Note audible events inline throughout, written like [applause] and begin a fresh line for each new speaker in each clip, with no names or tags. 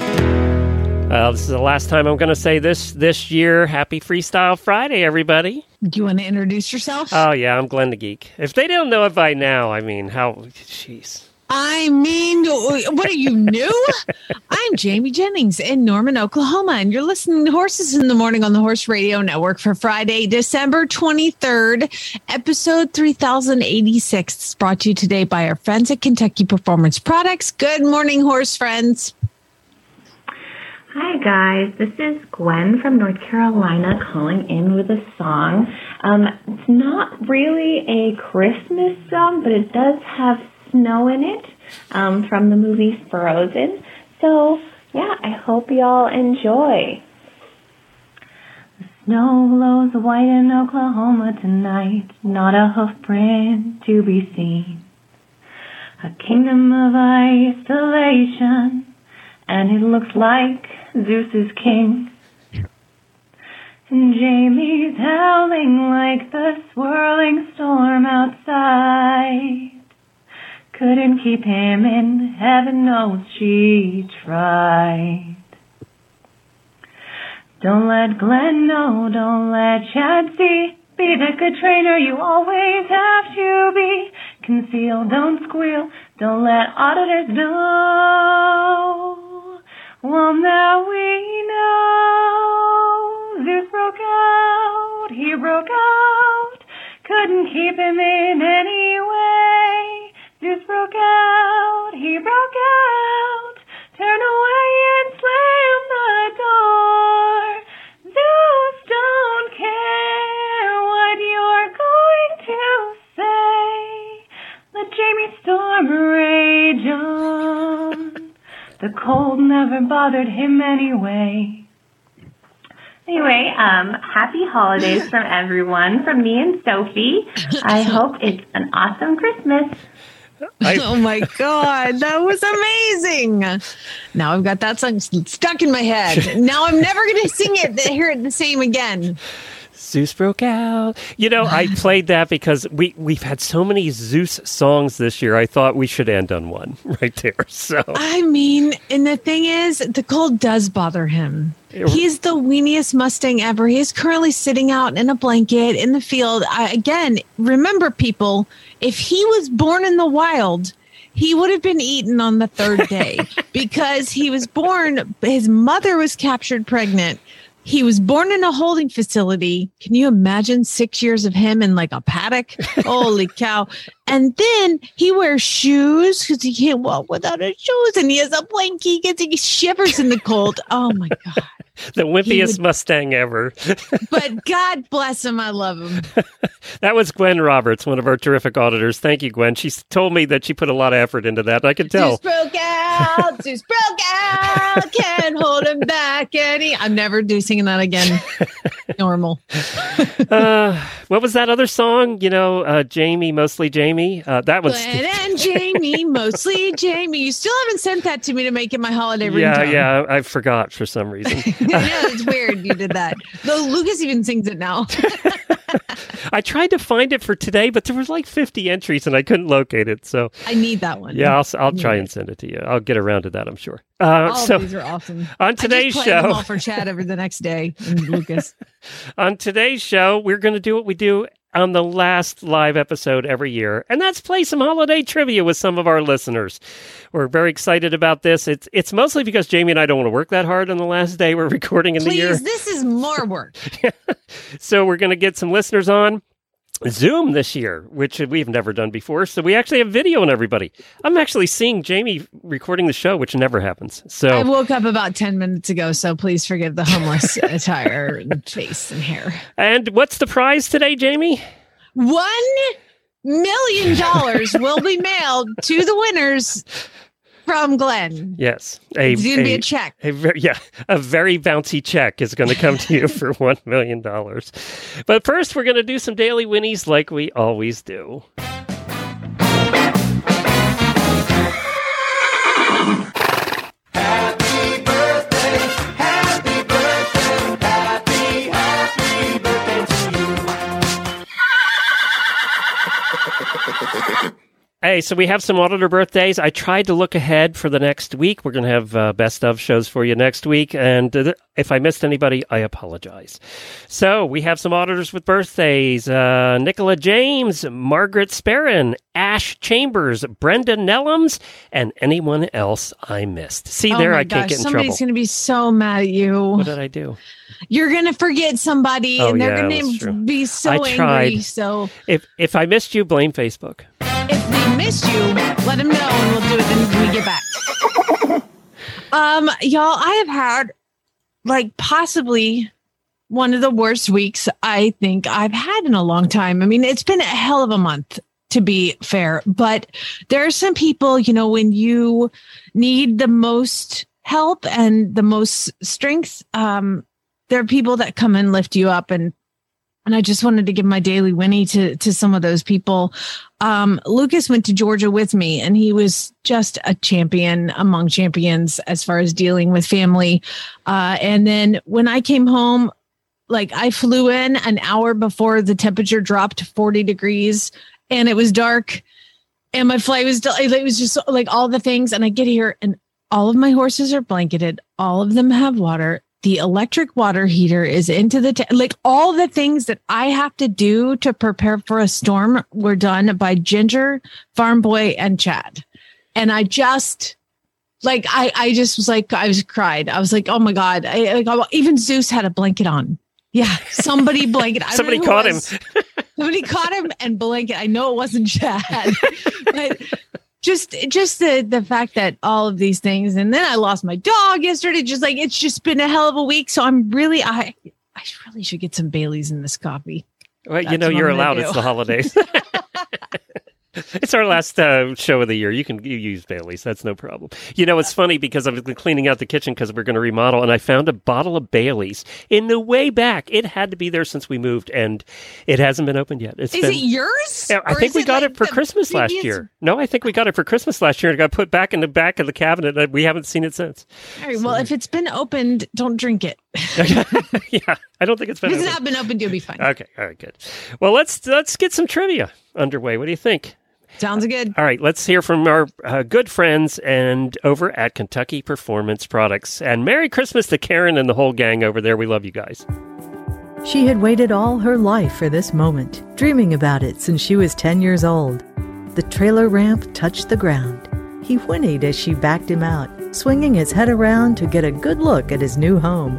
Uh, this is the last time I'm going to say this this year. Happy Freestyle Friday, everybody!
Do you want to introduce yourself?
Oh yeah, I'm Glenn the Geek. If they don't know it by now, I mean, how? Jeez.
I mean, what are you new? I'm Jamie Jennings in Norman, Oklahoma, and you're listening to Horses in the Morning on the Horse Radio Network for Friday, December 23rd, episode 3086. It's brought to you today by our friends at Kentucky Performance Products. Good morning, horse friends. [laughs]
Hi, guys. This is Gwen from North Carolina calling in with a song. Um, it's not really a Christmas song, but it does have snow in it um, from the movie Frozen. So, yeah, I hope y'all enjoy. Snow lows white in Oklahoma tonight, not a hoofprint to be seen. A kingdom of isolation and it looks like Zeus is king. And Jamie's howling like the swirling storm outside. Couldn't keep him in, heaven knows she tried. Don't let Glenn know, don't let Chad see. Be the good trainer you always have to be. Conceal, don't squeal, don't let auditors know. Well, now we know. Zeus broke out, he broke out. Couldn't keep him in any way. Zeus broke out, he broke out. Turn away and slam the door. Zeus don't care what you're going to say. Let Jamie Storm rage on. The cold never bothered him anyway. Anyway, um, happy holidays
[laughs]
from everyone, from me and Sophie. I hope it's an awesome Christmas.
I,
Oh my God, that was amazing. Now I've got that song stuck in my head. Now I'm never going to sing it, hear it the same again.
Zeus broke out. You know, I played that because we we've had so many Zeus songs this year. I thought we should end on one [laughs] right there. So [laughs]
I mean, and the thing is, the cold does bother him. He's the weeniest Mustang ever. He is currently sitting out in a blanket in the field. I, again, remember, people, if he was born in the wild, he would have been eaten on the third day because he was born, his mother was captured pregnant. He was born in a holding facility. Can you imagine six years of him in like
[laughs]
a paddock? Holy cow. And then he wears shoes because he can't walk without his shoes and he has a blanket because he shivers in the cold. Oh my God.
the wimpiest
would-
Mustang ever.
But God bless him. I love him.
That was Gwen Roberts, one of our terrific auditors. Thank you, Gwen. She s- told me that she put a lot of effort into that. and I could tell.
Zeus broke out. Zeus broke out. Can't hold him back any. I'm never do singing
[laughs]
that again. Normal.
Uh, what was that other song? You know, uh, Jamie, mostly Jamie. Uh, that was.
Glenn and Jamie, mostly Jamie. You still haven't sent that to me to make it my holiday
yeah,
ringtone.
yeah. I forgot for some
[laughs]
reason.
I know it's weird you did that. Though Lucas even sings it now.
I tried to find it for today, but there was like 50 entries and I couldn't locate it. So
I need that one.
yeah, I'll, s- I'll try and send it to you. I'll get around to that, I'm sure. Uh,
All
so
of these are awesome.
on today's
I just play them
show,
all for Chad over the next day and Lucas.
on today's show, we're going to do what we do on the last live episode every year, and that's play some holiday trivia with some of our listeners. We're very excited about this. It's it's mostly because Jamie and I don't want to work that hard on the last day we're [laughs] recording [laughs] in the year.
Please, this is more work.
So we're going to get some listeners on Zoom this year, which we've never done before. So we actually have video on everybody. I'm actually seeing Jamie recording the show, which never happens.
I
So
woke up about 10 minutes ago, so please forgive the homeless
[laughs]
attire and face and hair.
and what's the prize today, Jamie?
One million dollars will be mailed to the winners from Glenn.
Yes, a,
It's going to be a check.
a ver- yeah, a very bouncy check is going to come to you for [laughs] $1 million. But first, we're going to do some daily winnies like we always do. Hey, so we have some auditor birthdays. I tried to look ahead for the next week. We're going to have uh, best of shows for you next week. And uh, th- if I missed anybody, I apologize. So we have some auditors with birthdays uh, Nicola James, Margaret Sperrin, Ash Chambers, Brenda Nellums, and anyone else I missed. See,
Oh
there
my
I can't
gosh,
get in
somebody's
trouble.
going to be so mad at you.
What did I do?
You're going to forget somebody,
Oh,
and they're
yeah,
going
that's
to
true.
be so
I
angry.
tried.
So
If, if I missed you, blame Facebook.
if they missed you, let them know, and we'll do it when we get back. um, y'all, I have had like possibly one of the worst weeks I think I've had in a long time. I mean, it's been a hell of a month to be fair, but there are some people, you know, when you need the most help and the most strength, um, there are people that come and lift you up and and I just wanted to give my daily Winnie to to some of those people. Um, Lucas went to Georgia with me, and he was just a champion among champions as far as dealing with family. Uh, and then when I came home, like I flew in an hour before the temperature dropped to 40 degrees, and it was dark, and my flight was del- it was just like all the things. And I get here, and all of my horses are blanketed. All of them have water. The electric water heater is into the t- like all the things that I have to do to prepare for a storm were done by Ginger, Farm Boy, and Chad. And I just like I I just was like I was cried. I was like oh my god. I, like I, even Zeus had a blanket on. Yeah,
[laughs]
somebody blanket. I don't
Somebody
know who it
caught him.
was. [laughs] Somebody caught him and blanket. I know it wasn't Chad, [laughs] but just just the the fact that all of these things, and then I lost my dog yesterday. Just like it's just been a hell of a week. So I'm really I I really should get some Bailey's in this coffee.
Well, you
That's
know,
what
you're
I'm gonna
allowed.
do.
It's the holidays.
[laughs]
it's our last uh, show of the year. You can you use Bailey's. That's no problem. You know, it's funny because I've been cleaning out the kitchen because we're going to remodel, and I found a bottle of Bailey's in the way back. It had to be there since we moved, and it hasn't been opened yet. It's
Is
been.
it yours?
Yeah, I
Or
think
is
we got
like
it for
the
Christmas last
previous-
year. No, I think we got it for Christmas last year and it got put back in the back of the cabinet. And we haven't seen it since. [laughs]
All right, well, if it's been opened, don't drink it. [laughs]
yeah, I don't think it's
If
been.
it's
opened.
not been opened, you'll be fine.
Okay, all right, good. Well, let's let's get some trivia underway. What do you think?
Sounds good.
All right, let's hear from our uh, good friends and over at Kentucky Performance Products. And Merry Christmas to Karen and the whole gang over there. We love you guys.
She had waited all her life for this moment, dreaming about it since she was 10 years old. The trailer ramp touched the ground. He whinnied as she backed him out, swinging his head around to get a good look at his new home.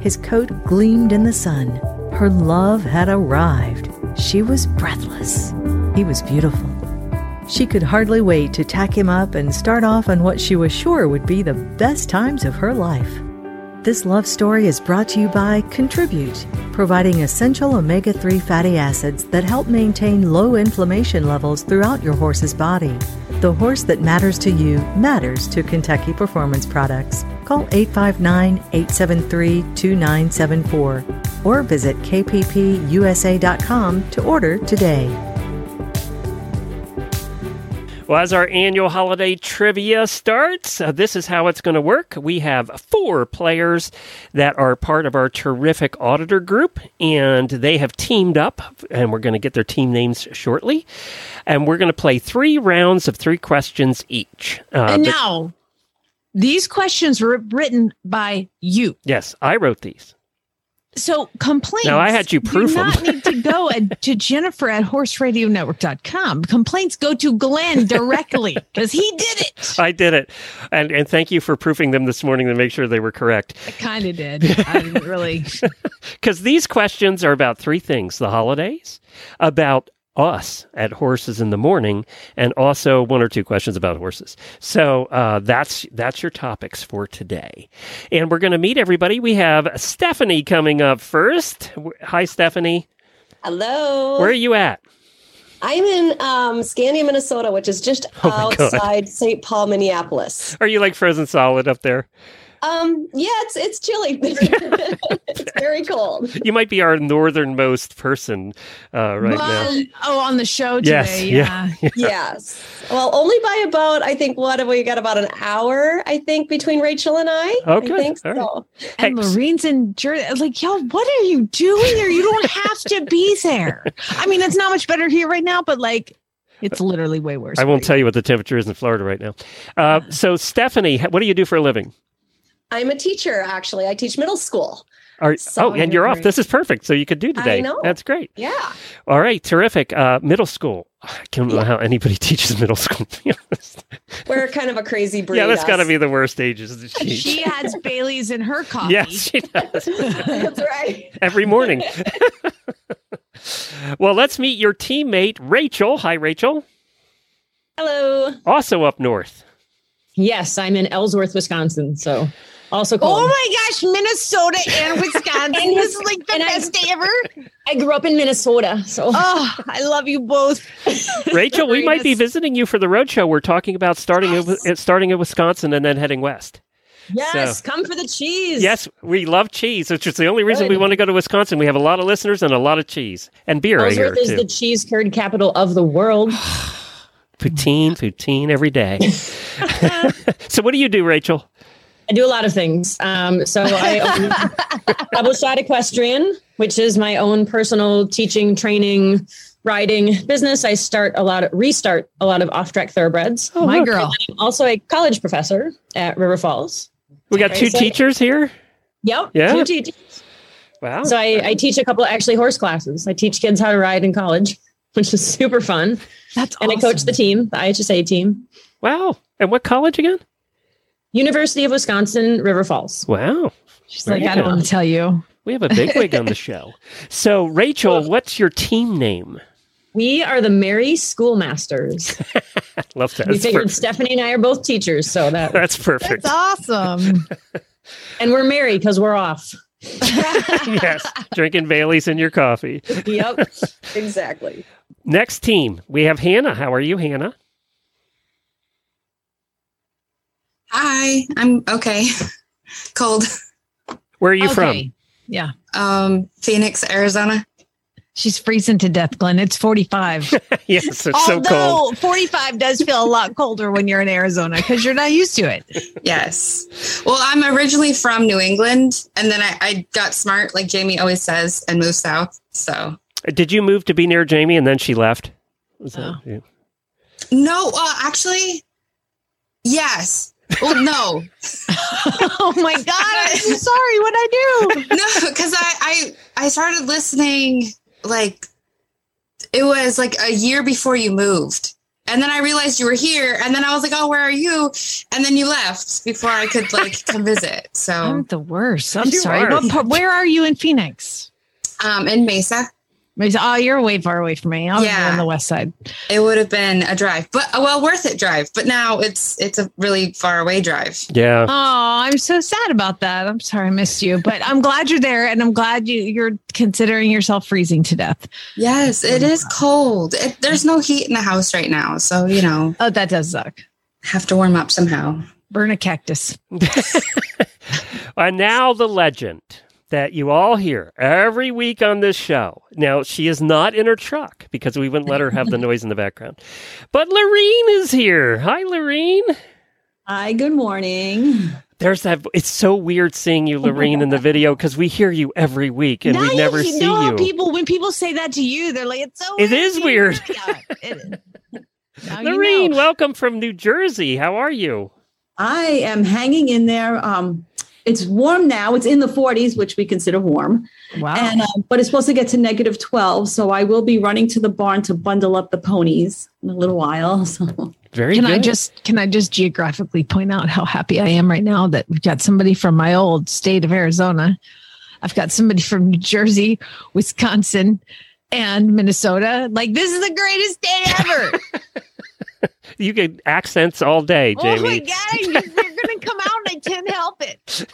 His coat gleamed in the sun. Her love had arrived. She was breathless. He was beautiful. She could hardly wait to tack him up and start off on what she was sure would be the best times of her life. This love story is brought to you by Contribute, providing essential omega 3 fatty acids that help maintain low inflammation levels throughout your horse's body. The horse that matters to you matters to Kentucky Performance Products. Call 859 873 2974 or visit kppusa.com to order today.
Well, as our annual holiday trivia starts, uh, this is how it's going to work. We have four players that are part of our terrific auditor group, and they have teamed up, and we're going to get their team names shortly. And we're going to play three rounds of three questions each. Uh,
and
the-
now, these questions were written by you.
yes, I wrote these.
So complaints.
Now, I had you proof
do
'em.
not need to go
[laughs]
at, to Jennifer at horseradionetwork.com. Complaints go to Glenn directly because he did it.
[laughs] I did it. And, and thank you for proofing them this morning to make sure they were correct.
I kind of did. I didn't really.
Because these questions are about three things the holidays, about us at horses in the morning, and also one or two questions about horses. So uh, that's that's your topics for today. And we're going to meet everybody. We have Stephanie coming up first. W- Hi, Stephanie.
Hello.
Where are you at?
I'm in um, Scandia, Minnesota, which is just
Oh my God.
outside St. Paul, Minneapolis.
Are you like frozen solid up there?
Um, yeah, it's it's chilly. [laughs] it's very [laughs] cold.
You might be our northernmost person uh, [laughs] right now.
Well, Oh, on the show today.
Yes, yeah.
yeah.
Yes. Well, only by about I think what have we got about an hour? I think between Rachel and I. I
Okay,
think
all right.
so.
And
Hey,
Lorraine's in Jersey. Like, y'all, what are you doing there? You don't have to be there. I mean, it's not much better here right now, but like, it's literally way worse.
I won't
for
tell you what the temperature is in Florida right now. Uh, so, Stephanie, what do you do for a living?
I'm a teacher actually. I teach middle school.
Are,
So
oh, and you're off.
great.
This is perfect. So you could do today.
know.
That's great.
Yeah.
All right, terrific. Uh, middle school. [sighs] I don't know how anybody [laughs] teaches middle school. To be honest.
We're kind of a crazy breed.
yeah, that's
us.
got
[laughs]
to be the worst ages. to
you.
teach.
She has Bailey's in her coffee.
Yes, she does.
That's right.
Every morning. [laughs] well, let's meet your teammate, Rachel. Hi, Rachel.
Hello.
Also up north.
Yes, I'm in Ellsworth, Wisconsin. So also cold.
Oh my gosh, Minnesota
[laughs]
and Wisconsin.
And
this is like the
and I-
best day
[laughs]
ever.
I grew up in Minnesota. So
Oh, I love you both.
[laughs] Rachel, we might be
Greatest.
visiting you for the roadshow. We're talking about starting
Yes.
in, uh, starting in Wisconsin and then heading west.
yes,
So-
come for the cheese.
Yes, we love cheese, which is the only reason we
Good.
want to go to Wisconsin. We have a lot of listeners and a lot of cheese and beer I hear
Ellsworth is
too.
the cheese curd capital of the world.
poutine, poutine every
[laughs]
day. [laughs] so, what do you do, Rachel?
I do a lot of things. Um,
[laughs]
so I own Double Shot Equestrian, which is my own personal teaching, training, riding business. I start a lot of restart a lot of off track thoroughbreds.
My
look,
girl.
I'm also a college professor at River Falls.
We got two
So-
teachers here.
Yep.
Yeah.
two teachers.
Wow.
So I, I teach a couple actually horse classes. I teach kids how to ride in college, [laughs] which is super fun.
That's
And I coach the team, the IHSA team,
wow. And what college again?
University of Wisconsin, River Falls.
Wow.
She's
There
like,
you
I don't
go.
want to tell you.
We have a big wig
[laughs]
on the show. So, Rachel, what's your team name?
We are the Mary Schoolmasters.
Love that.
we
That's,
figured
per-
Stephanie and I are both teachers, so
[laughs]
that
that's perfect.
That's awesome.
and we're married because we're off.
yes. Drinking Bailey's in your coffee.
Yep.
Exactly.
Next team, we have Hannah. How are you, Hannah?
Hi, I'm okay. [laughs] Cold.
Where are you
[laughs] Okay.
from?
Yeah.
Um, Phoenix, Arizona.
She's freezing to death, Glenn. It's 45.
[laughs] yes, it's so cold.
Although 45 does feel a lot colder when you're in Arizona because you're not used to [laughs] it.
Yes. Well, I'm originally from New England, and then I, I got smart, like Jamie always says, and moved south. So
Did you move to be near Jamie and then she left? Was that- yeah.
no, uh, actually, yes. Well, no, [laughs]
Oh my God. I'm [laughs] so sorry. What I do?
no, because I, I I started listening like it was like a year before you moved, and then I realized you were here, and then I was like, oh, where are you? And then you left before I could like come visit.
I'm [laughs]
So
the worst. I'm
You
sorry.
are.
What part- where are you in Phoenix?
um, in Mesa.
They say, Oh, you're way far away from me. I'm
Yeah.
on the west side.
It would have been a drive, but a well worth it drive. But now it's it's a really far away drive.
Yeah.
Oh, I'm so sad about that. I'm sorry I missed you, but I'm glad you're there and I'm glad you, you're considering yourself freezing to death.
Yes, it is cold. It, there's no heat in the house right now, so you know
Oh, that does suck.
have to warm up somehow.
Burn a cactus.
And now the legend that you all hear every week on this show. Now, she is not in her truck because we wouldn't let her have the noise in the background. But Lorene is here. Hi, Lorene.
Hi, good morning.
There's that. It's so weird seeing you, Lorene, in the video because we hear you every week and
Now
we never
you
see
know how
you.
People, when people say that to you, they're like, "It's so."
It is weird.
[laughs] Yeah, it is. Now you
Lorene,
know.
welcome from New Jersey. How are you?
I am hanging in there. Um, it's warm now. It's in the 40s, which we consider warm,
wow.
and um, but it's supposed to get to negative 12. So I will be running to the barn to bundle up the ponies in a little while. [laughs] So
Very
can
good.
I just can I just geographically point out how happy I am right now that we've got somebody from my old state of Arizona. I've got somebody from New Jersey, Wisconsin, and Minnesota. Like this is the greatest day
[laughs]
ever.
you get accents all day,
oh
Jamie.
my god, I- you're gonna come out and I can't help it.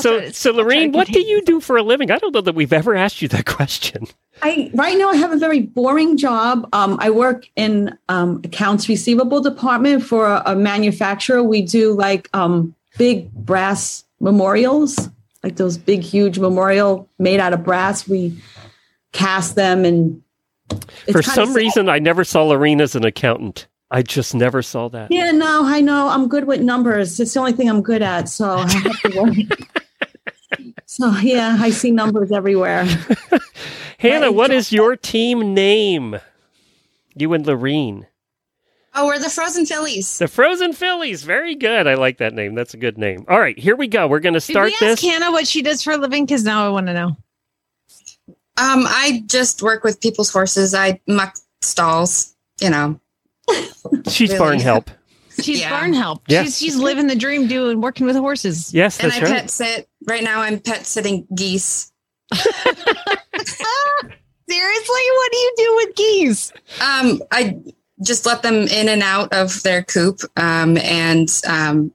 So, so Lorene, what do you do for a living? I don't know that we've ever asked you that [laughs] question.
I right now I have a very boring job. Um, I work in um, accounts receivable department for a, a manufacturer. We do like um, big brass memorials, like those big huge memorial made out of brass. We cast them and it's
for
kinda
some
sad.
reason, I never saw Lorene as an accountant. I just never saw that.
Yeah, no, I know. I'm good with numbers. It's the only thing I'm good at. So I have to
[laughs]
work. so yeah, I see numbers everywhere.
[laughs] Hannah, what is your team name? You and Lorene.
Oh, we're the Frozen Phillies.
The Frozen Phillies. Very good. I like that name. That's a good name. All right, here we go. We're going to
Did
[laughs] start
we
this.
ask Hannah what she does for a living? Because now I want to know.
Um, I just work with people's horses. I muck stalls, you know.
She's
Really?
barn help.
She's
Yeah.
barn help.
Yeah.
She's she's living the dream, doing working with horses.
Yes,
And
that's
I
right.
pet sit. Right now I'm pet sitting geese.
Seriously, what do you do with geese?
Um, I just let them in and out of their coop um, and um,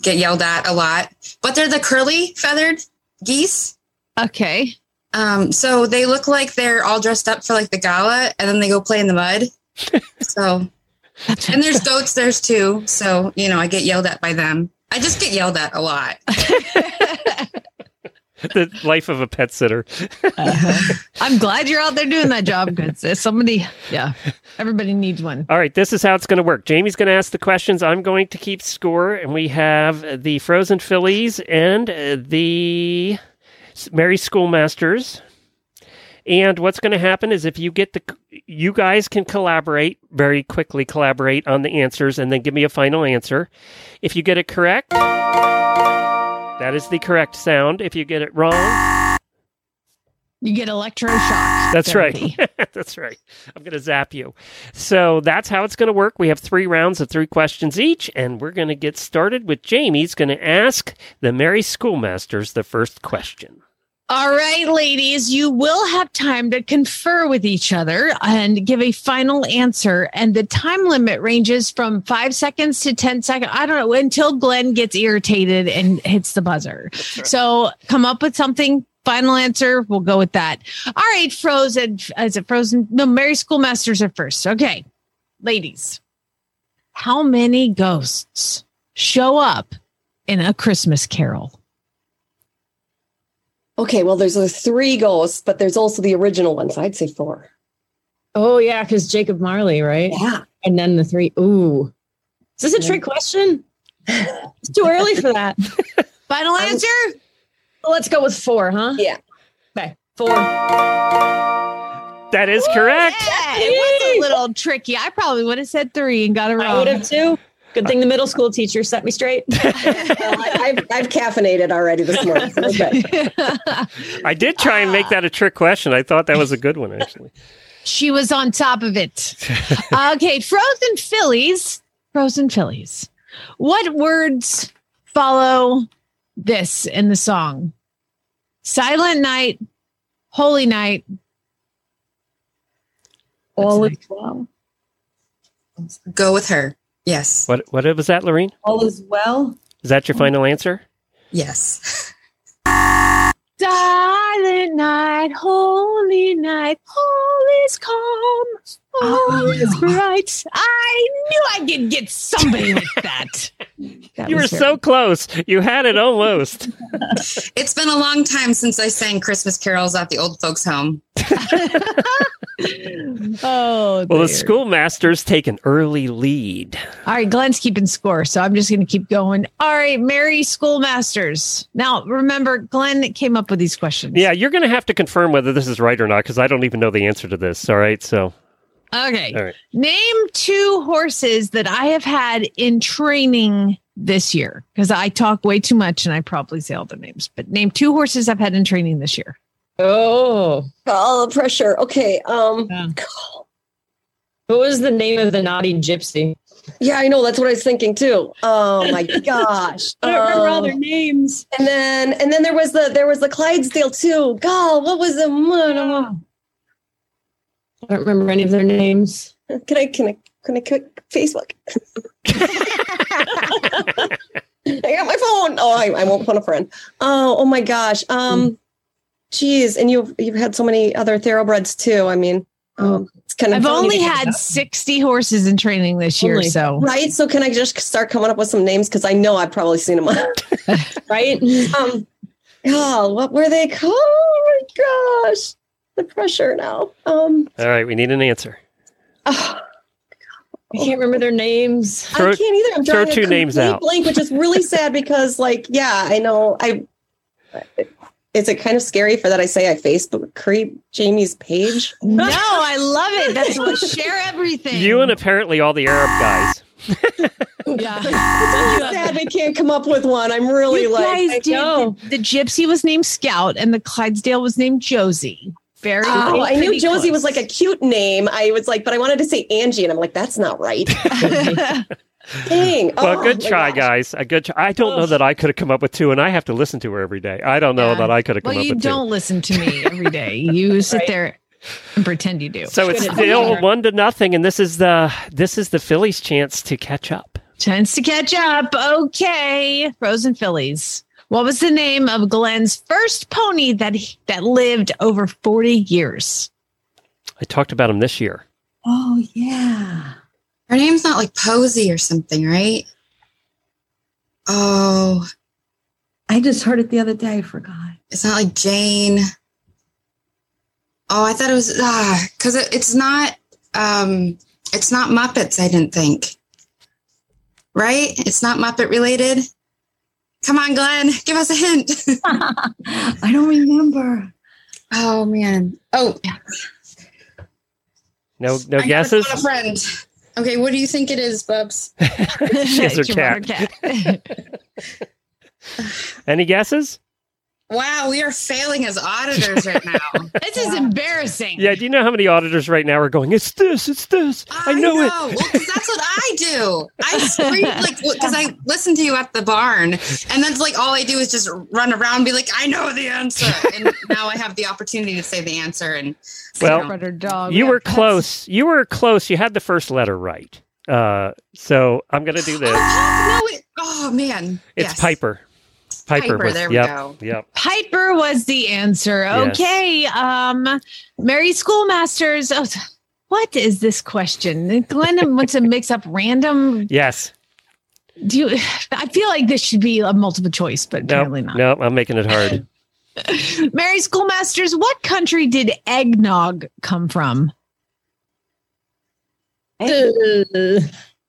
get yelled at a lot. But they're the curly feathered geese.
Okay,
Um, so they look like they're all dressed up for like the gala and then they go play in the mud. So, and there's goats, there's two. So, you know, I get yelled at by them. I just get yelled at a lot.
the life of a pet sitter.
I'm glad you're out there doing that job, good sis. Somebody, yeah, everybody needs one.
All right, this is how it's going to work. Jamie's going to ask the questions. I'm going to keep score, and we have the Frozen Phillies and uh, the S- Mary Schoolmasters. And what's going to happen is if you get the, you guys can collaborate very quickly, collaborate on the answers, and then give me a final answer. If you get it correct, that is the correct sound. If you get it wrong,
You get electroshock.
That's
therapy.
right. [laughs] that's right. I'm going to zap you. So that's how it's going to work. We have three rounds of three questions each, and we're going to get started with Jamie's going to ask the Mary Schoolmasters the first question.
All right, ladies, you will have time to confer with each other and give a final answer. And the time limit ranges from five seconds to 10 seconds. I don't know until Glenn gets irritated and hits the buzzer. So come up with something. Final answer. We'll go with that. All right, Frozen. Is it Frozen? No, Mary Schoolmasters are first. Okay, ladies, how many ghosts show up in a Christmas Carol?
Okay, well, there's the three ghosts, but there's also the original ones. I'd say four.
Oh yeah, because Jacob Marley, right?
Yeah.
And then the three. Ooh, is this a trick question? it's too early for that.
Final answer.
Let's go with four, huh?
Yeah.
Okay, four.
That is correct.
Yeah, it was a little tricky. I probably would have said three and got it
I would
wrong.
have two. Good thing the middle school teacher set me straight.
Well, I, I've, I've caffeinated already this morning. so
[laughs]
we're good.
I did try and make that a trick question. I thought that was a good one, actually.
she was on top of it. okay, frozen Phillies. Frozen Phillies. What words follow this in the song? Silent night, holy night.
All is well.
Go with her. Yes.
What what was that, Lorene?
All is well.
Is that your final answer?
Yes. [laughs]
Silent night, holy night, all is calm, all is bright. I knew I could get somebody with
[laughs]
that. That
You were
was very
so close. You had it almost.
It's been a long time since I sang Christmas carols at the old folks' home.
Oh,
Well, the
dear.
schoolmasters take an early lead.
All right, Glenn's keeping score, so I'm just going to keep going. All right, Mary Schoolmasters. Now, remember, Glenn came up with these questions.
Yeah, you're going to have to confirm whether this is right or not because I don't even know the answer to this. All right, so
Okay.
All right.
Name two horses that I have had in training this year because I talk way too much and I probably say all the names, but name two horses I've had in training this year.
Oh,
All the pressure. Okay. Um,
Yeah. what was the name of the naughty gypsy?
yeah, I know. That's what I was thinking too. Oh my
[laughs]
gosh.
I don't remember all
Um,
Oh.
their names.
and then and then there was the there was the Clydesdale too. God, what was the
Oh.
I don't remember any of their names.
[laughs] Can I can I can I click Facebook? I got my phone. Oh, I, I won't phone a friend. Oh, oh my gosh.
Hmm.
Um, geez, and you've you've had so many other thoroughbreds too. I mean, um, it's kind of.
I've
funny
only
to-
had 60 horses in training this year,
Only.
so
[laughs] right. So can I just start coming up with some names because I know I've probably seen them, right? [laughs] Um, oh, what were they called? Oh my gosh, the pressure now. Um, ah,
All right, we need an answer.
I can't remember their names.
Throw-
I can't either. I'm
throw
drawing
two
a
names
complete
out.
blank, which is really sad because, like, yeah, I know. I is it kind of scary for that? I say I Facebook creep Jamie's page.
no, I love it. That's what share everything.
You and apparently all the Arab guys.
yeah.
I'm sad I can't come up with one. I'm really
You
like,
guys
I
did.
know.
The, the gypsy was named Scout, and the Clydesdale was named Josie. Very.
Oh, I knew
pretty
Josie
close.
was like a cute name. I was like, but I wanted to say Angie, and I'm like, that's
[laughs]
not right. Dang.
Well,
Oh,
good
my
try,
gosh.
guys. A good try. I don't know that I could have come up with two, and I have to listen to her every day. I don't know
Yeah.
that I could have come
Well,
up
you
with
don't listen to me every day. You sit there and pretend you do.
two. So it's still one to nothing, and this is the this is the Phillies' chance to catch up.
Chance to catch up. Okay, Frozen Phillies. What was the name of Glenn's first pony that he, that lived over forty years?
I talked about him this year.
Oh yeah.
Her name's not like Posey or something, right? Oh,
I just heard it the other day. I forgot.
it's not like Jane. Oh, I thought it was ah, because it, it's not um, it's not Muppets. I didn't think. Right? It's not Muppet related. Come on, Glenn, give us a hint. [laughs]
I don't
[laughs]
remember.
oh man. Oh,
No, no
I gotta
guesses.
phone A friend. Okay, what do you think it is, Bubs?
[laughs] She has her
[laughs] It's your
cat. Any guesses?
Wow, we are failing as auditors right now.
this is embarrassing.
Yeah. Do you know how many auditors right now are going? It's this. It's this. I know, it.
Well, 'cause that's what I do. I
[laughs]
scream like because I listen to you at the barn, and that's like all I do is just run around, and be like, "I know the answer," and now I have the opportunity to say the answer. And
Well,
you know,
Brother dog.
You
Oh, Yeah,
were
pets.
close. You were close. You had the first letter right. Uh, so I'm gonna do
oh,
this.
Pop, no, it, oh man,
It's
Yes.
Piper. Piper.
Piper,
was-
there we
yep,
go.
Yep.
Piper was the answer.
Yes.
Okay. Um, Mary Schoolmasters. Oh, what is this question? Glenn wants to mix up random.
Yes.
Do you, I feel like this should be a multiple choice, but
No.
apparently not.
No. I'm making it hard.
Mary Schoolmasters. What country did eggnog come from?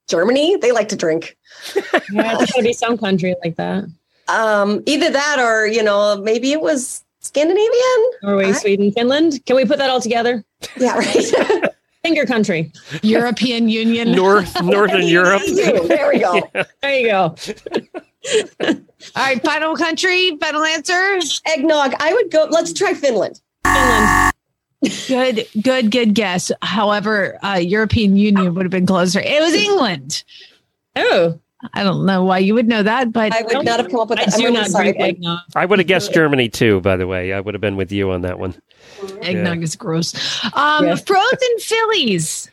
Germany, they like to drink.
Yeah, it's gotta be some country like that.
Um, either that or you know maybe it was Scandinavian.
Norway,
I-
Sweden, Finland. Can we put that all together?
[laughs]
Yeah, right. [laughs]
Finger country.
European Union.
North
[laughs]
Northern Europe.
EU, there
[laughs]
we go.
There you go.
All right. Final country. Final answer.
Eggnog. I would go. Let's try Finland.
Finland.
Good. Good. Good guess. However, uh, European Union would have been closer. It was England.
Oh,
I don't know why you would know that, but
I would not have come up with
I
that. I'm
do
really
not
sorry.
drink eggnog.
I would have guessed Germany too. By the way, I would have been with you on that one.
eggnog is gross. Um,
[laughs]
Yeah.
Frozen Phillies.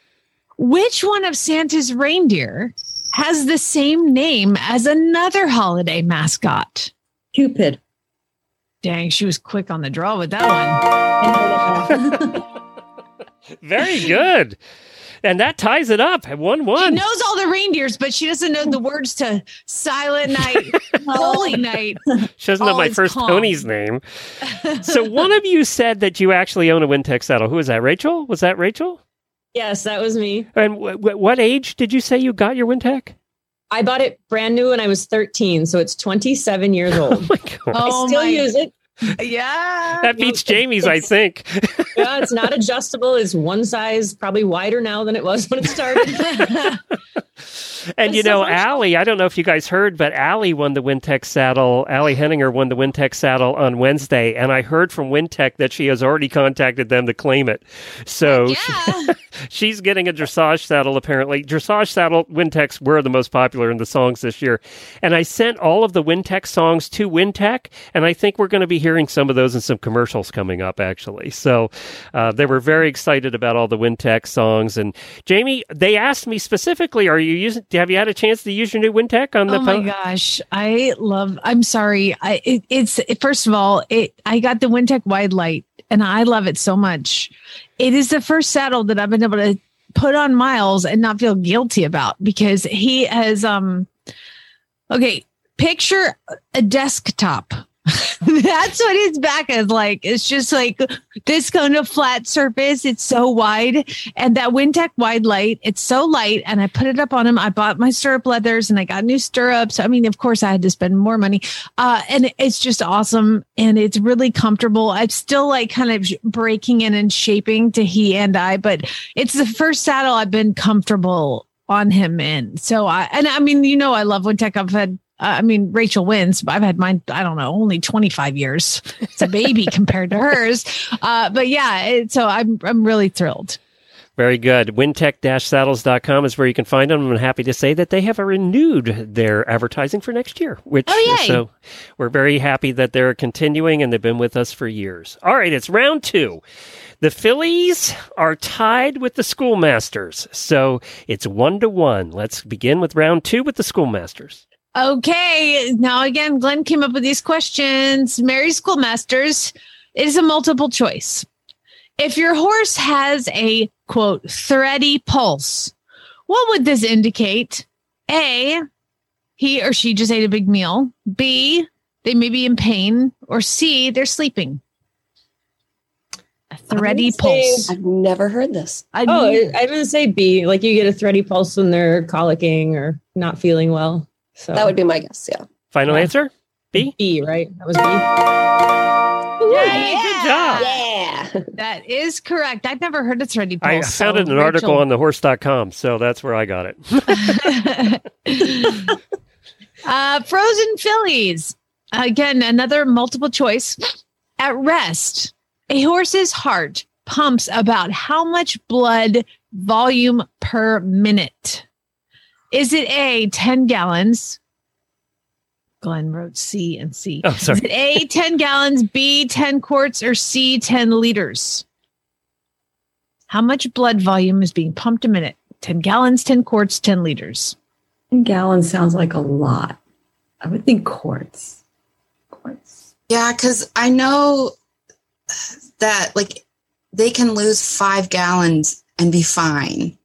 Which one of Santa's reindeer has the same name as another holiday mascot?
Cupid.
Dang, she was quick on the draw with that one.
[laughs]
Very good. And that ties it up. One
She
one.
knows all the reindeers, but she doesn't know the words to Silent
[laughs]
Night, Holy Night.
She doesn't know
all
my
is
first
calm.
pony's name. so one of you said that you actually own a Wintech saddle. Who is that? Rachel? Was that Rachel?
Yes, that was me.
And w- w- what age did you say you got your [laughs] Oh Wintech?
I bought it brand new when I was 13, so it's 27 years
[laughs]
Oh
old.
my god.
Oh
I still
my-
use it.
Yeah.
that beats Jamie's, I think.
Yeah, it's not adjustable. It's one size, probably wider now than it was when it started.
And
That's
you
so
know,
much-
Allie, I don't know if you guys heard, but Allie won the Wintech saddle. Allie Henninger won the Wintech saddle on Wednesday. And I heard from Wintech that she has already contacted them to claim it. So
Yeah.
She's getting a dressage saddle, apparently. Dressage saddle, Wintechs were the most popular in the songs this year. And I sent all of the Wintech songs to Wintech, and I think we're going to be hearing some of those in some commercials coming up, actually. So Uh, they were very excited about all the WinTech songs. And Jamie, they asked me specifically, "Are you using? Have you had a chance to use your new WinTech on the
oh my
phone?"
gosh i love i'm sorry i it, it's it, first of all it i got the wintech wide light and i love it so much it is the first saddle that i've been able to put on miles and not feel guilty about because he has um okay picture a desktop [laughs] that's what his back is like it's just like this kind of flat surface it's so wide and that WinTech wide light, it's so light. And I put it up on him. I bought my stirrup leathers and I got new stirrups. I mean, of course, I had to spend more money. Uh, and it's just awesome. And it's really comfortable. I'm still like kind of sh- breaking in and shaping to he and I, but it's the first saddle I've been comfortable on him in. So I, and I mean, you know, I love WinTech. I've had. Uh, I mean, Rachel wins, but I've had mine, I don't know, only 25 years. It's a baby compared to hers. Uh, but yeah, it, so I'm, I'm really thrilled.
Very good. Wintech-saddles.com is where you can find them. I'm happy to say that they have renewed their advertising for next year, which
Oh, yay.
so we're very happy that they're continuing and they've been with us for years. All right, it's round two. The Phillies are tied with the schoolmasters. So it's one to one. Let's begin with round two with the schoolmasters.
Okay, now again, Glenn came up with these questions. Mary Schoolmasters, it is a multiple choice. If your horse has a quote thready pulse, what would this indicate? A, he or she just ate a big meal. B, they may be in pain. Or C, they're sleeping. A thready
I'm gonna say-
pulse.
I've never heard this.
I
Oh,
mean-
I- I'm gonna say B. Like you get a thready pulse when they're colicking or not feeling
Oh.
well. So
That would be my guess. Yeah.
Final
Yeah.
answer? be-
B, right? That was B.
Yay, good job.
Yeah.
That is correct. I've never heard a thready pulse.
I
so
found an article on thehorse.com, so that's where I got it. [laughs]
[laughs] uh, frozen fillies. Again, another multiple choice. At rest, a horse's heart pumps about how much blood volume per minute? Is it A, 10 gallons? Glenn wrote C and C.
Oh, sorry.
Is it A, 10 gallons, B, 10 quarts, or C, 10 liters? How much blood volume is being pumped a minute? 10 gallons, 10 quarts, 10 liters.
Ten gallons sounds like a lot. I would think quarts. Quarts.
Yeah, because I know that like they can lose five gallons and be fine.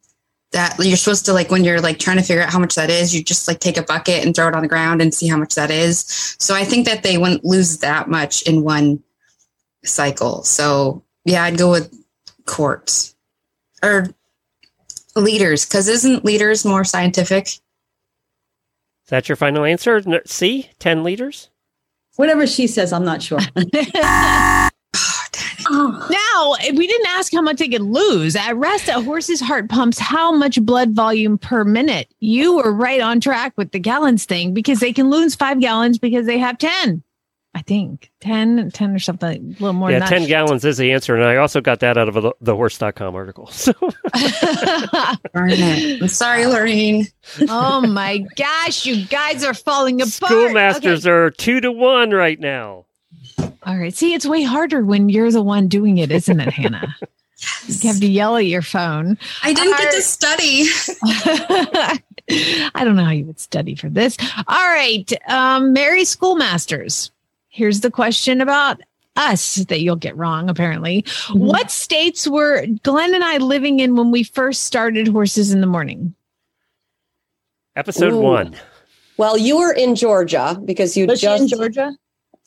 That you're supposed to like when you're like trying to figure out how much that is, you just like take a bucket and throw it on the ground and see how much that is. So I think that they wouldn't lose that much in one cycle. So yeah, I'd go with quarts or liters because isn't liters more scientific? [sighs]
Is that your final answer? No- C, 10 liters?
Whatever she says, I'm not sure. Oh,
Now, if we didn't ask how much they could lose. At rest, a horse's heart pumps how much blood volume per minute? You were right on track with the gallons thing because they can lose five gallons because they have 10. I think 10, 10 or something, a little more
yeah,
than
10
that.
gallons is the answer. And I also got that out of the thehorse.com article. [laughs] So
Darn it. I'm sorry, Lorraine.
[laughs] oh my gosh, you guys are falling apart.
schoolmasters are two to one right now.
Okay. All right. See, it's way harder when you're the one doing it, isn't it, Hannah? You have to yell at your phone.
I didn't get
Are-
to study.
[laughs] I don't know how you would study for this. All right. Um, Mary Schoolmasters. Here's the question about us that you'll get wrong, apparently. What states were Glenn and I living in when we first started Horses in the Morning?
Episode
Ooh.
one.
Well, you were in Georgia because you
Was she
just
in Georgia?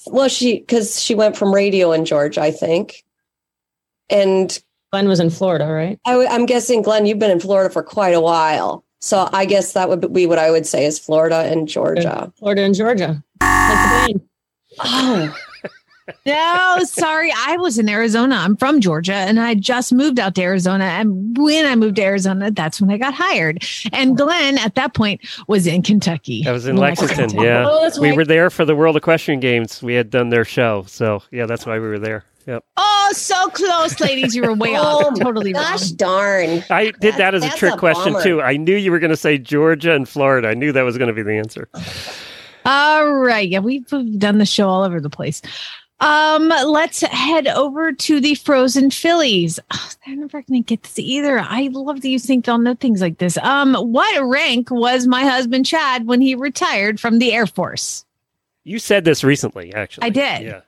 well she because she went from radio in Georgia, I think. And
Glenn was in Florida, right?
I, am guessing, Glenn, you've been in Florida for quite a while. So I guess that would be what I would say is Florida and Georgia.
Florida and Georgia. Like
Uh,
the band.
Oh,
No, [laughs] sorry. I was in Arizona. I'm from Georgia and I just moved out to Arizona. And when I moved to Arizona, that's when I got hired. And Glenn at that point was in Kentucky.
That was in
Like-
Lexington. Yeah.
Oh, that's
We
right.
were there for the World Equestrian Games. We had done their show. So, yeah, that's why we were there. Yep.
Oh, so close, ladies. You were way
[laughs] Oh,
off. Totally wrong.
gosh darn.
I did that as a
That's
trick
a
question,
bummer.
too. I knew you were going to say Georgia and Florida. I knew that was going to be the answer.
All right. Yeah, we've, we've done the show all over the place. Um, let's head over to the frozen Phillies. [sighs] Oh, they're never gonna get this either. I love that you think they'll know things like this. Um, what rank was my husband Chad when he retired from the Air Force?
You said this recently, actually.
I did.
Yeah.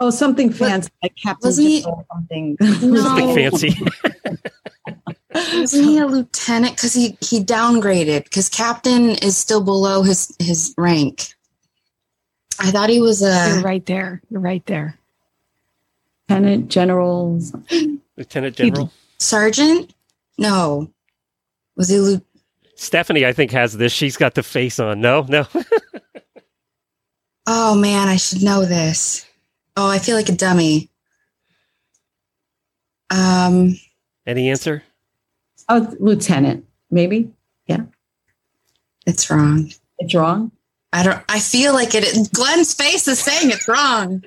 Oh, something fancy like Captain
wasn't he-
General or something.
Something
No.
Oh. [laughs]
fancy.
Isn't he a lieutenant? Because he he downgraded. Because captain is still below his his rank. I thought he was
You're
a.
right there. You're right there.
Lieutenant General.
Lieutenant General.
Sergeant? No. Was he? lieu-
Stephanie, I think, has this. She's got the face on. No, no.
Oh man, I should know this. Oh, I feel like a dummy. Um,
Any answer?
Oh, Lieutenant. Maybe
it's wrong.
it's wrong.
I don't. I feel like it. Glenn's face is saying it's wrong,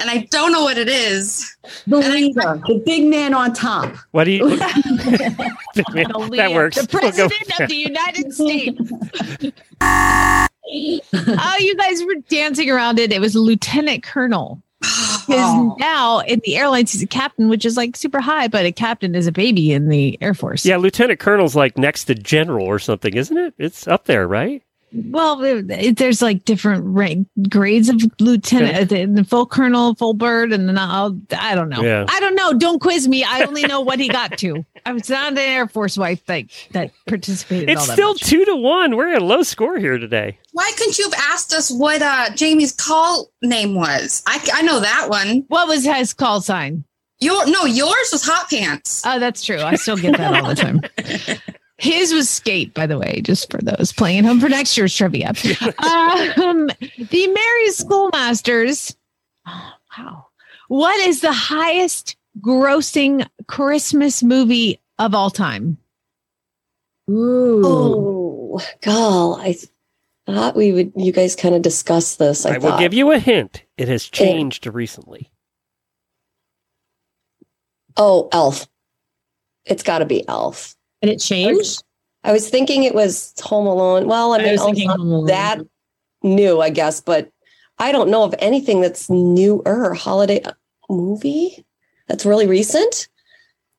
and I don't know what it is. [sighs]
The
And I-
leader, the big man on top.
What do you? [laughs]
[laughs] The
that
leader,
works. [laughs]
The
We'll go-
president of the United States. oh, you guys were dancing around it. It was Lieutenant Colonel. Because
Oh.
now in the airlines, he's a captain, which is like super high, but a captain is a baby in the Air Force.
yeah, Lieutenant Colonel's like next to General or something, isn't it? It's up there, right?
Well, it, there's like different rank, grades of lieutenant, uh, the, the full colonel, full bird, and then I'll, I don't know.
Yeah.
I don't know. Don't quiz me. I only know what he got to. I was not an Air Force wife that, that participated.
It's
all that
still
much.
two to one. We're at a low score here today.
Why couldn't you have asked us what uh, Jamie's call name was? I, I know that one.
What was his call sign?
Your no, yours was hot pants.
Oh, that's true. I still get that all the time. His was skate, by the way, just for those playing at home for next year's trivia. Um, the Mary Schoolmasters. Oh, wow. What is the highest grossing Christmas movie of all time?
Ooh.
Oh, God. I thought we would, you guys kind of discussed this. I,
I, will
thought.
give you a hint. It has changed recently.
Oh, Elf. It's got to be Elf.
Did it change?
I was thinking it was Home Alone. Well, I mean,
I was
also
thinking Home Alone.
that
Mm-hmm.
new, I guess, but I don't know of anything that's newer holiday uh, movie that's really recent.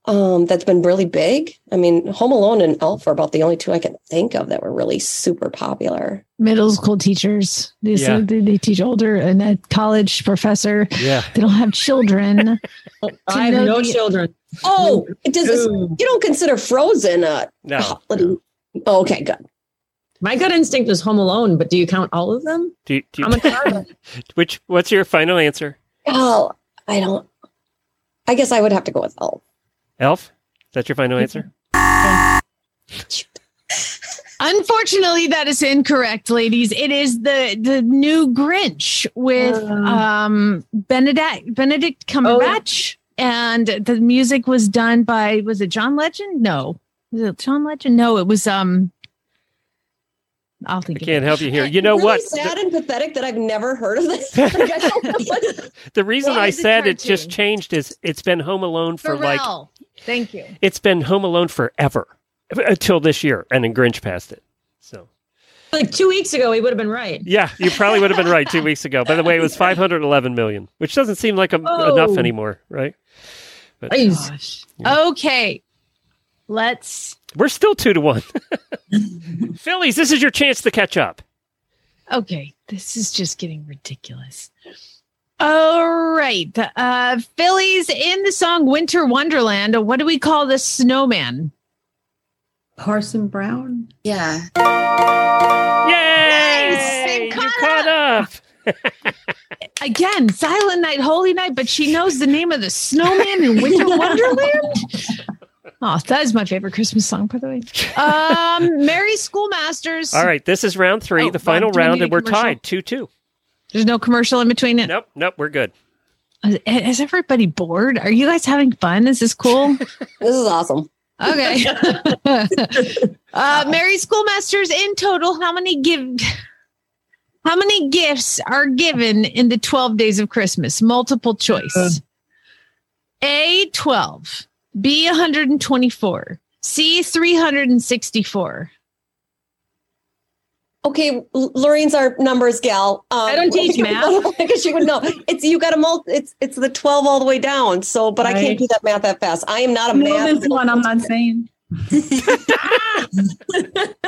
Um, that's been really big. I mean, Home Alone and Elf are about the only two I can think of that were really super popular.
Middle school teachers. They, say
Yeah.
they, they teach older and a college professor.
Yeah.
They don't have children.
Oh, I have
know
no
the-
[laughs]
children.
Oh, it does this,
Ooh.
you don't consider Frozen a
[laughs]
No.
holiday? Oh, okay, good.
My gut instinct was Home Alone, but do you count all of them?
Do, do
I'm a child.
[laughs] which? What's your final answer?
Oh, I don't. I guess I would have to go with Elf.
Elf. Is that your final answer?
[laughs] Unfortunately, that is incorrect, ladies. It is the the new Grinch with um Benedict Benedict Cumberbatch, and the music was done by was it John Legend? No, was it John Legend? No, it was um. I'll
I
think. of
can't
it.
help you
[laughs]
here. You know
really
what?
Sad and pathetic that I've never heard of this. [laughs] Like,
[laughs] The reason
Why
I
is it
said it just
cartoon?
changed is it's been Home Alone for like
Pharrell. Thank you.
it's been Home Alone forever until this year, and then Grinch passed it. So
[laughs] Like two weeks ago, we would have been right.
yeah, you probably would have been right two
[laughs]
weeks ago. By the way, it was 511 million, which doesn't seem like a,
Oh.
enough anymore, right?
Jeez.
Okay, let's.
We're still two to one. [laughs] Phillies, this is your chance to catch up.
Okay, this is just getting ridiculous. All right. Uh Phillies in the song Winter Wonderland. What do we call the snowman?
Parson Brown.
Yeah.
Yay!
Nice! They
You
caught
caught up.
Again, Silent Night, Holy Night, but she knows the name of the snowman in Winter Wonderland. Oh, that is my favorite Christmas song, by the way. Um, Merry Schoolmasters.
All right, this is round three,
Oh,
the
Bob,
final
do I
round,
need a
and we're
commercial?
tied two two.
There's no commercial in between it.
Nope, nope, we're good.
Is, is everybody bored? Are you guys having fun? Is this cool?
this is awesome.
Okay. [laughs] uh, Mary Schoolmasters in total, how many give? How many gifts are given in the 12 days of Christmas? Multiple choice. A 12, B 124, C 364.
Okay, L- Lorraine's our numbers gal. Um,
I
[laughs]
don't teach math.
because she would know. It's you got to multi. It's it's the twelve all the way down. So, but I
Right.
can't do that math that fast. I am not a
I know
math.
this one. I'm not saying.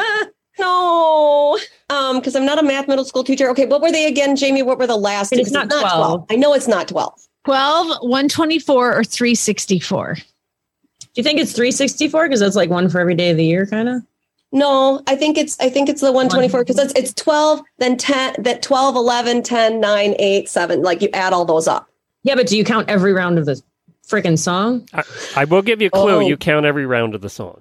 [laughs] No, um, because I'm not a math middle school teacher. Okay, what were they again, Jamie? What were the last?
It's
two? 'Cause
not 12.
I know it's not twelve.
12, 124, or 364.
Do you think it's 364? Because that's like one for every day of the year, kind of.
No, I think it's I think it's the 124 because it's it's 12, then 10, that 12, 11, 10, 9, 8, 7. Like you add all those up.
Yeah, but do you count every round of the freaking song?
I, I will give you a clue.
Oh.
You count every round of the song.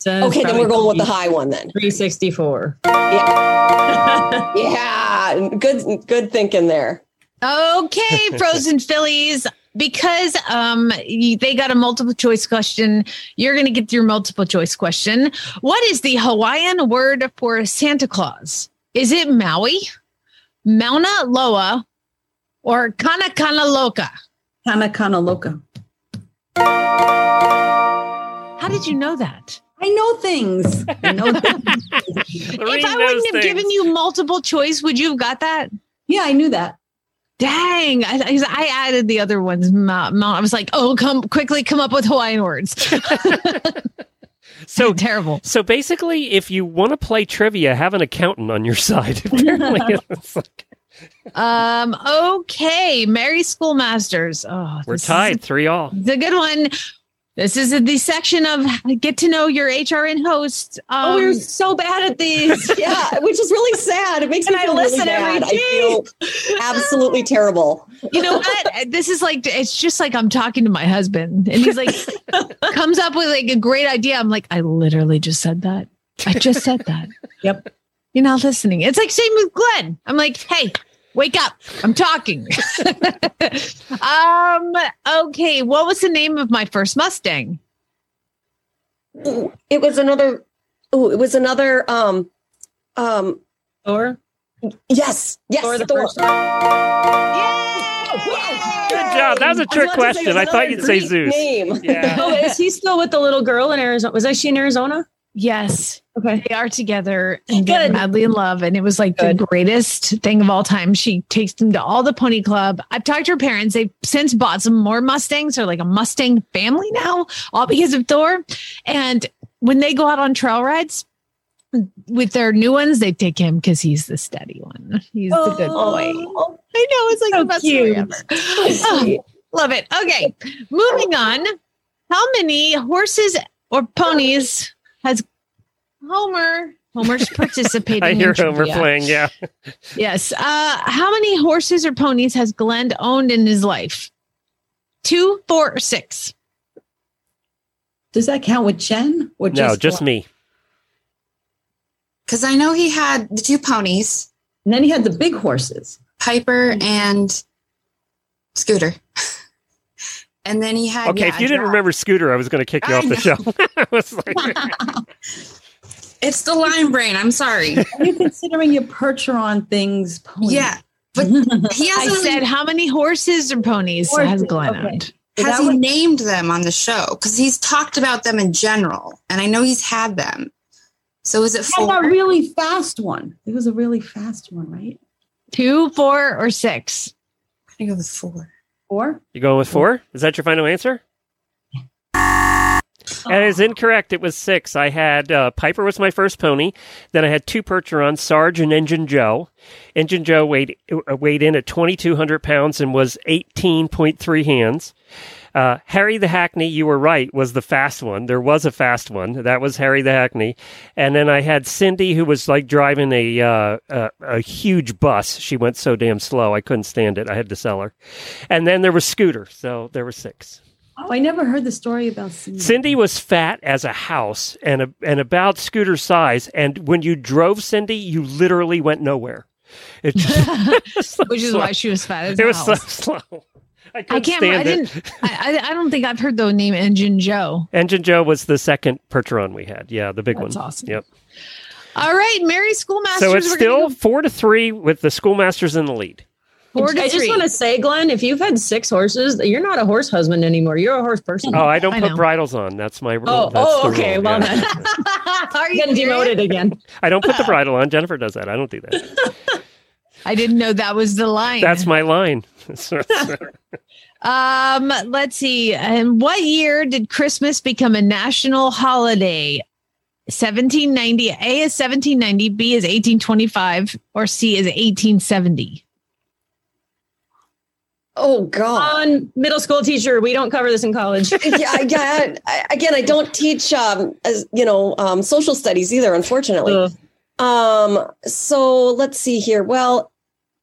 So it's
Okay, then we're going with the
probably
high one then.
[laughs] 364.
Yeah, good good thinking there.
Okay, Frozen Phillies, because um y- they got a multiple choice question, you're going to get your multiple choice question. What is the Hawaiian word for Santa Claus? Is it Maui, Mauna Loa, or Kana Kana Loka?
Kana kana loca.
How did you know that?
I know things. I
[laughs]
know things.
Lorraine
if I
knows
wouldn't have
things.
given you multiple choice, would you have got that?
Yeah, I knew that.
Dang, I, I I added the other ones. Ma- ma- I was like, oh, come quickly, come up with Hawaiian words.
so
terrible.
So basically, if you want to play trivia, have an accountant on your [laughs]
[laughs]
side. Apparently, it's like-
Um, okay, Mary Schoolmasters. Oh,
we're
this is-
tied three all.
It's a good one. This is the section of get to know your HRN host. Um,
oh, we're so bad at these. yeah, which is really sad. It makes
And
me
I
feel
listen
really
every
bad. I feel absolutely terrible.
you know
[laughs]
what? This is like it's just like I'm talking to my husband, and he's
[laughs]
like comes up with like a great idea. I'm like, I literally just said that. I just said that.
[laughs] Yep.
You're not listening. It's like same with Glenn. I'm like, hey, wake up. I'm talking. [laughs] um, okay, what was the name of my first Mustang?
Ooh, It was another oh, it was another um um
Or
yes, yes,
or the
Thor.
first one. Oh,
Good job. That was a
was
trick
about to say, it was
question. I thought
another
you'd say
Greek
Zeus.
Name.
Yeah.
Oh, is he still with the little girl in Arizona? Was I she in Arizona?
Yes,
Okay.
they are together and they're
Good.
madly in love. And it was like the greatest thing of all time. She takes them to all the pony club. I've talked to her parents. They've since bought some more Mustangs. They're like a Mustang family now, all because of Thor. And when they go out on trail rides with their new ones, they take him because he's the steady one. He's the good boy.
Oh,
I know it's like
so
the best story ever.
cute.
[laughs]
Oh, love it. Okay, moving on. How many horses or ponies has Homer?
[laughs]
Homer's participating.
I hear
in
Homer
trivia.
playing. Yeah.
Yes. Uh, how many horses or ponies has Glenn owned in his life? Two, four, or six.
Does that count with Jen or just
no, just me.
Because I know he had the two ponies,
And then he had the big horses.
Piper and Scooter. [laughs] And then he had.
Okay,
yeah,
if you didn't
Jack.
remember Scooter, I was going to kick you
I
off the
know.
show. [laughs] I was like,
It's the line brain. I'm sorry.
Are you considering your Percheron things? Pony?
[laughs] yeah. But [laughs] he
I
hasn't
said how many horses or ponies has
Horses,
Glenn
okay.
owned?
So
has
that
he
was-
named them on the show because he's talked about them in general and i know he's had them so is it
He
four
had that really fast one. It was a really fast one, right?
Two, four, or six?
i think it was four
Four.
you going with four? Is that your final answer? That is incorrect. It was six. I had uh, Piper was my first pony. Then I had two Percherons, Sarge and Engine Joe. Engine Joe weighed uh, weighed in at twenty two hundred pounds and was eighteen point three hands. Uh, Harry the Hackney, you were right, was the fast one. There was a fast one. That was Harry the Hackney. And then I had Cindy, who was like driving a uh, a, a huge bus. She went so damn slow, I couldn't stand it. I had to sell her. And then there was Scooter. So there were six.
Oh, I never heard the story about Cindy.
Cindy was fat as a house and a, and about scooter size. And when you drove Cindy, you literally went nowhere. It just [laughs]
Which is why she was fat. as
it was
hell.
so slow. [laughs] I couldn't
I can't. I
stand it.
didn't. I, I I don't think I've heard the name Engine Joe.
Engine Joe was the second Percheron we had. Yeah, the big
That's
one.
awesome.
Yep.
All right, Mary Schoolmasters.
So it's
we're
still
gonna
four to three with the schoolmasters in the lead.
Four to
I just
three.
want to say, Glenn, if you've had six horses, you're not a horse husband anymore. You're a horse person.
Oh, I don't
I
put
know.
bridles on. That's my rule.
Mm, Oh,
That's
oh,
the
okay.
rule,
Well,
yeah.
then.
[laughs]
Are you getting demoted again?
[laughs] I don't put the bridle on. Jennifer does that. I don't do that.
I didn't know that was the line.
That's my line. [laughs]
Um, let's see. And what year did Christmas become a national holiday? 1790. A is 1790, B is 1825, or C is 1870.
Oh God.
On middle school teacher, we don't cover this in college.
yeah, yeah. I, again, I don't teach, um, as, you know, um, social studies either, unfortunately.
Ugh.
Um, so let's see here. Well,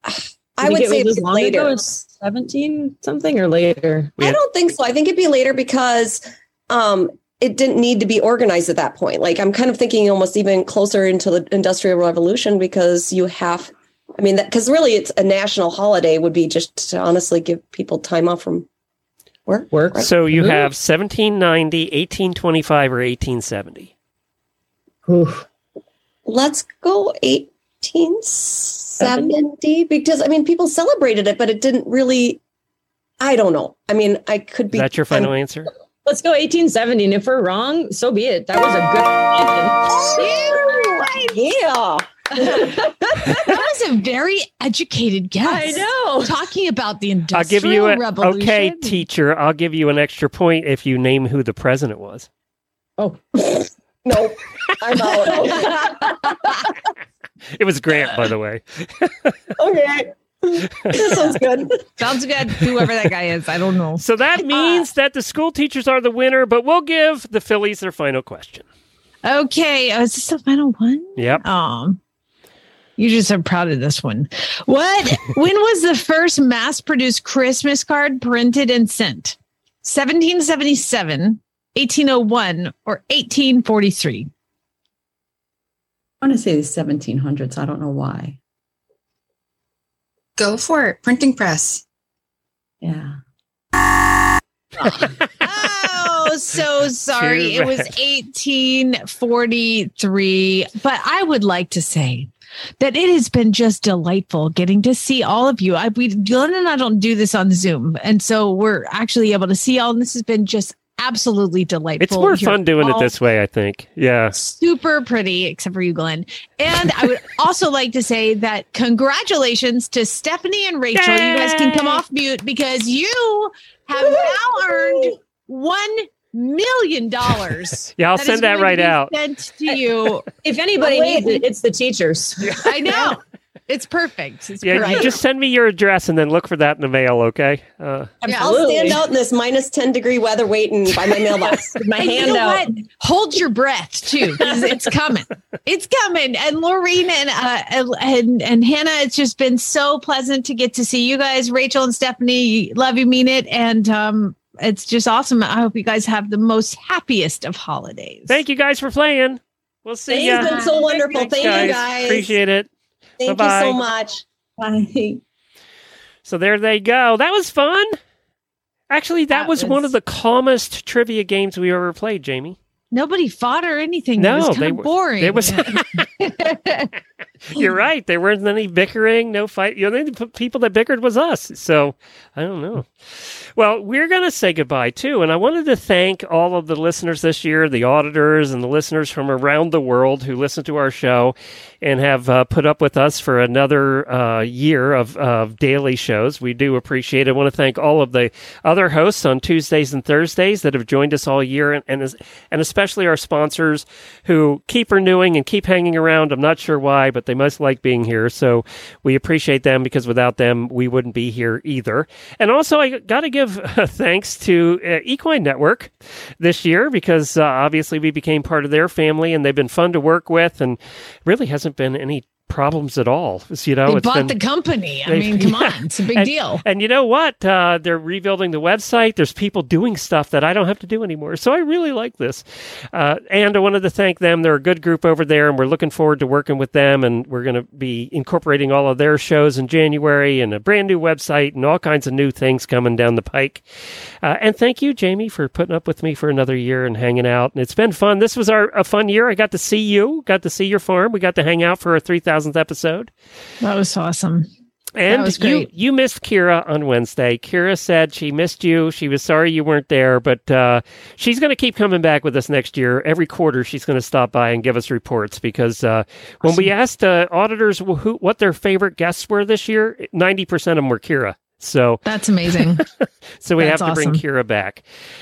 I
Did we
would
get
say
rid of
it's
this long ago?
later.
It's 17 something or later.
We
I
had-
don't think so. I think it'd be later because um, it didn't need to be organized at that point. Like I'm kind of thinking almost even closer into the Industrial Revolution because you have, I mean, because really it's a national holiday would be just to honestly give people time off from work.
Work.
so you
Mm-hmm.
have 1790, 1825, or 1870.
Oof.
Let's go 1870 because I mean people celebrated it, but it didn't really. I don't know. I mean, I could be.
Is that your
I'm-
final answer?
Let's go 1870. And if we're wrong, so be it. That was
[laughs]
a
Yeah.
That was a very educated guess.
know.
Talking about the
I'll give you a
Industrial Revolution.
okay, teacher. I'll give you an extra point if you name who the president was.
No, I'm out.
[laughs] It was Grant, by the way.
okay. that sounds good.
Sounds good. Whoever that guy is, I don't
[laughs]
know.
So
[laughs]
that means that the school teachers are the winner, but we'll give the Phillies their final question.
Okay. Oh, is this the final one?
Yep.
Um, you just are proud of this one. What? when was the first mass-produced Christmas card printed and sent? 1777, 1801, or 1843?
I want to say the 1700s. I don't know why.
Go for it. Printing press.
Yeah.
oh, so
[laughs]
sorry.
Too
It was
bad.
1843. But I would like to say that it has been just delightful getting to see all of you. I we Dylan and I don't do this on Zoom, and so we're actually able to see all. And this has been just absolutely delightful.
It's more
You're
fun doing it
all
this way, I think. Yeah.
Super pretty, except for you, Glenn. And
[laughs]
I would also like to say that congratulations to Stephanie and Rachel. You guys can come off mute because you have now earned one million dollars.
[laughs] Yeah, I'll
is
send that
going to
right out.
be Sent to you.
If anybody
Oh, wait.
needs it, it's the teachers.
[laughs]
[laughs]
I know. It's perfect. It's
Yeah,
perfect.
you just send me your address and then look for that in the mail, okay? Uh,
I'll stand out in this minus 10 degree weather waiting by
[laughs]
my mailbox.
With my
And you
hand
know
out.
what? Hold your breath too. 'cause It's
[laughs]
coming. It's coming. And Lorene and, uh, and- and and Hannah, it's just been so pleasant to get to see you guys. Rachel and Stephanie, love you, mean it, and um, it's just awesome. I hope you guys have the most happiest of holidays.
thank you guys for playing. We'll see
It's
ya.
been so wonderful. Thank you guys.
Appreciate it.
Thank
Bye-bye.
you so much.
Bye.
So there they go. That was fun. Actually, that,
That
was,
was-
one of the calmest trivia games we ever played, Jamie.
Nobody fought or anything.
No,
it was kind
they
of
were-
boring.
There [laughs]
[laughs]
was You're right. There weren't any bickering, no fight. You know, the only p- people that bickered was us. So I don't know. Well, we're going to say goodbye too. And I wanted to thank all of the listeners this year, the auditors and the listeners from around the world who listen to our show and have uh, put up with us for another uh, year of, of daily shows. We do appreciate it. I want to thank all of the other hosts on Tuesdays and Thursdays that have joined us all year and, and, and especially our sponsors who keep renewing and keep hanging around. I'm not sure why, but they must like being here. So we appreciate them because without them, we wouldn't be here either. And also, I got to give [laughs] uh, thanks to uh, Equine Network this year because uh, obviously we became part of their family and they've been fun to work with and really hasn't been any problems at all. You know,
they
it's
bought
been-
the company. I
they-
mean, come
[laughs] yeah.
on, it's a big
And-
deal.
And you know what? Uh, they're rebuilding the website. There's people doing stuff that I don't have to do anymore. So I really like this. Uh, and I wanted to thank them. They're a good group over there, and we're looking forward to working with them. And we're going to be incorporating all of their shows in January and a brand new website and all kinds of new things coming down the pike. Uh, and thank you, Jamie, for putting up with me for another year and hanging out. And it's been fun. This was our a fun year. I got to see you, got to see your farm. We got to hang out for our 3000th episode.
That was awesome.
And
was
you,
great.
you missed Kira on Wednesday. Kira said she missed you. She was sorry you weren't there, but uh, she's going to keep coming back with us next year. Every quarter, she's going to stop by and give us reports because uh, when we asked uh, auditors wh- who, what their favorite guests were this year, 90% of them were Kira. So [laughs]
That's amazing.
so we have
That's
to bring
awesome.
Kira back.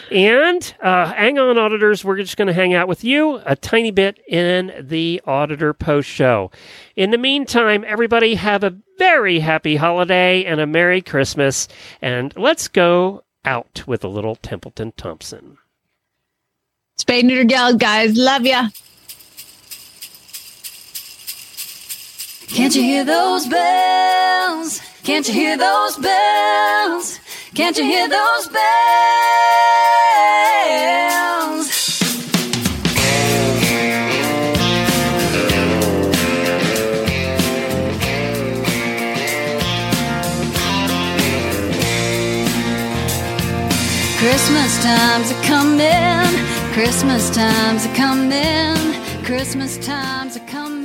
And uh, hang on, auditors. We're just going to hang out with you a tiny bit in the auditor post show. In the meantime, everybody have a very happy holiday and a Merry Christmas. And let's go out with a little Templeton Thompson.
Spade neuter geld, guys. Love ya.
Can't you hear those bells? Can't you hear those bells? Can't you hear those bells? Christmas times are coming. Christmas times are coming. Christmas times are coming.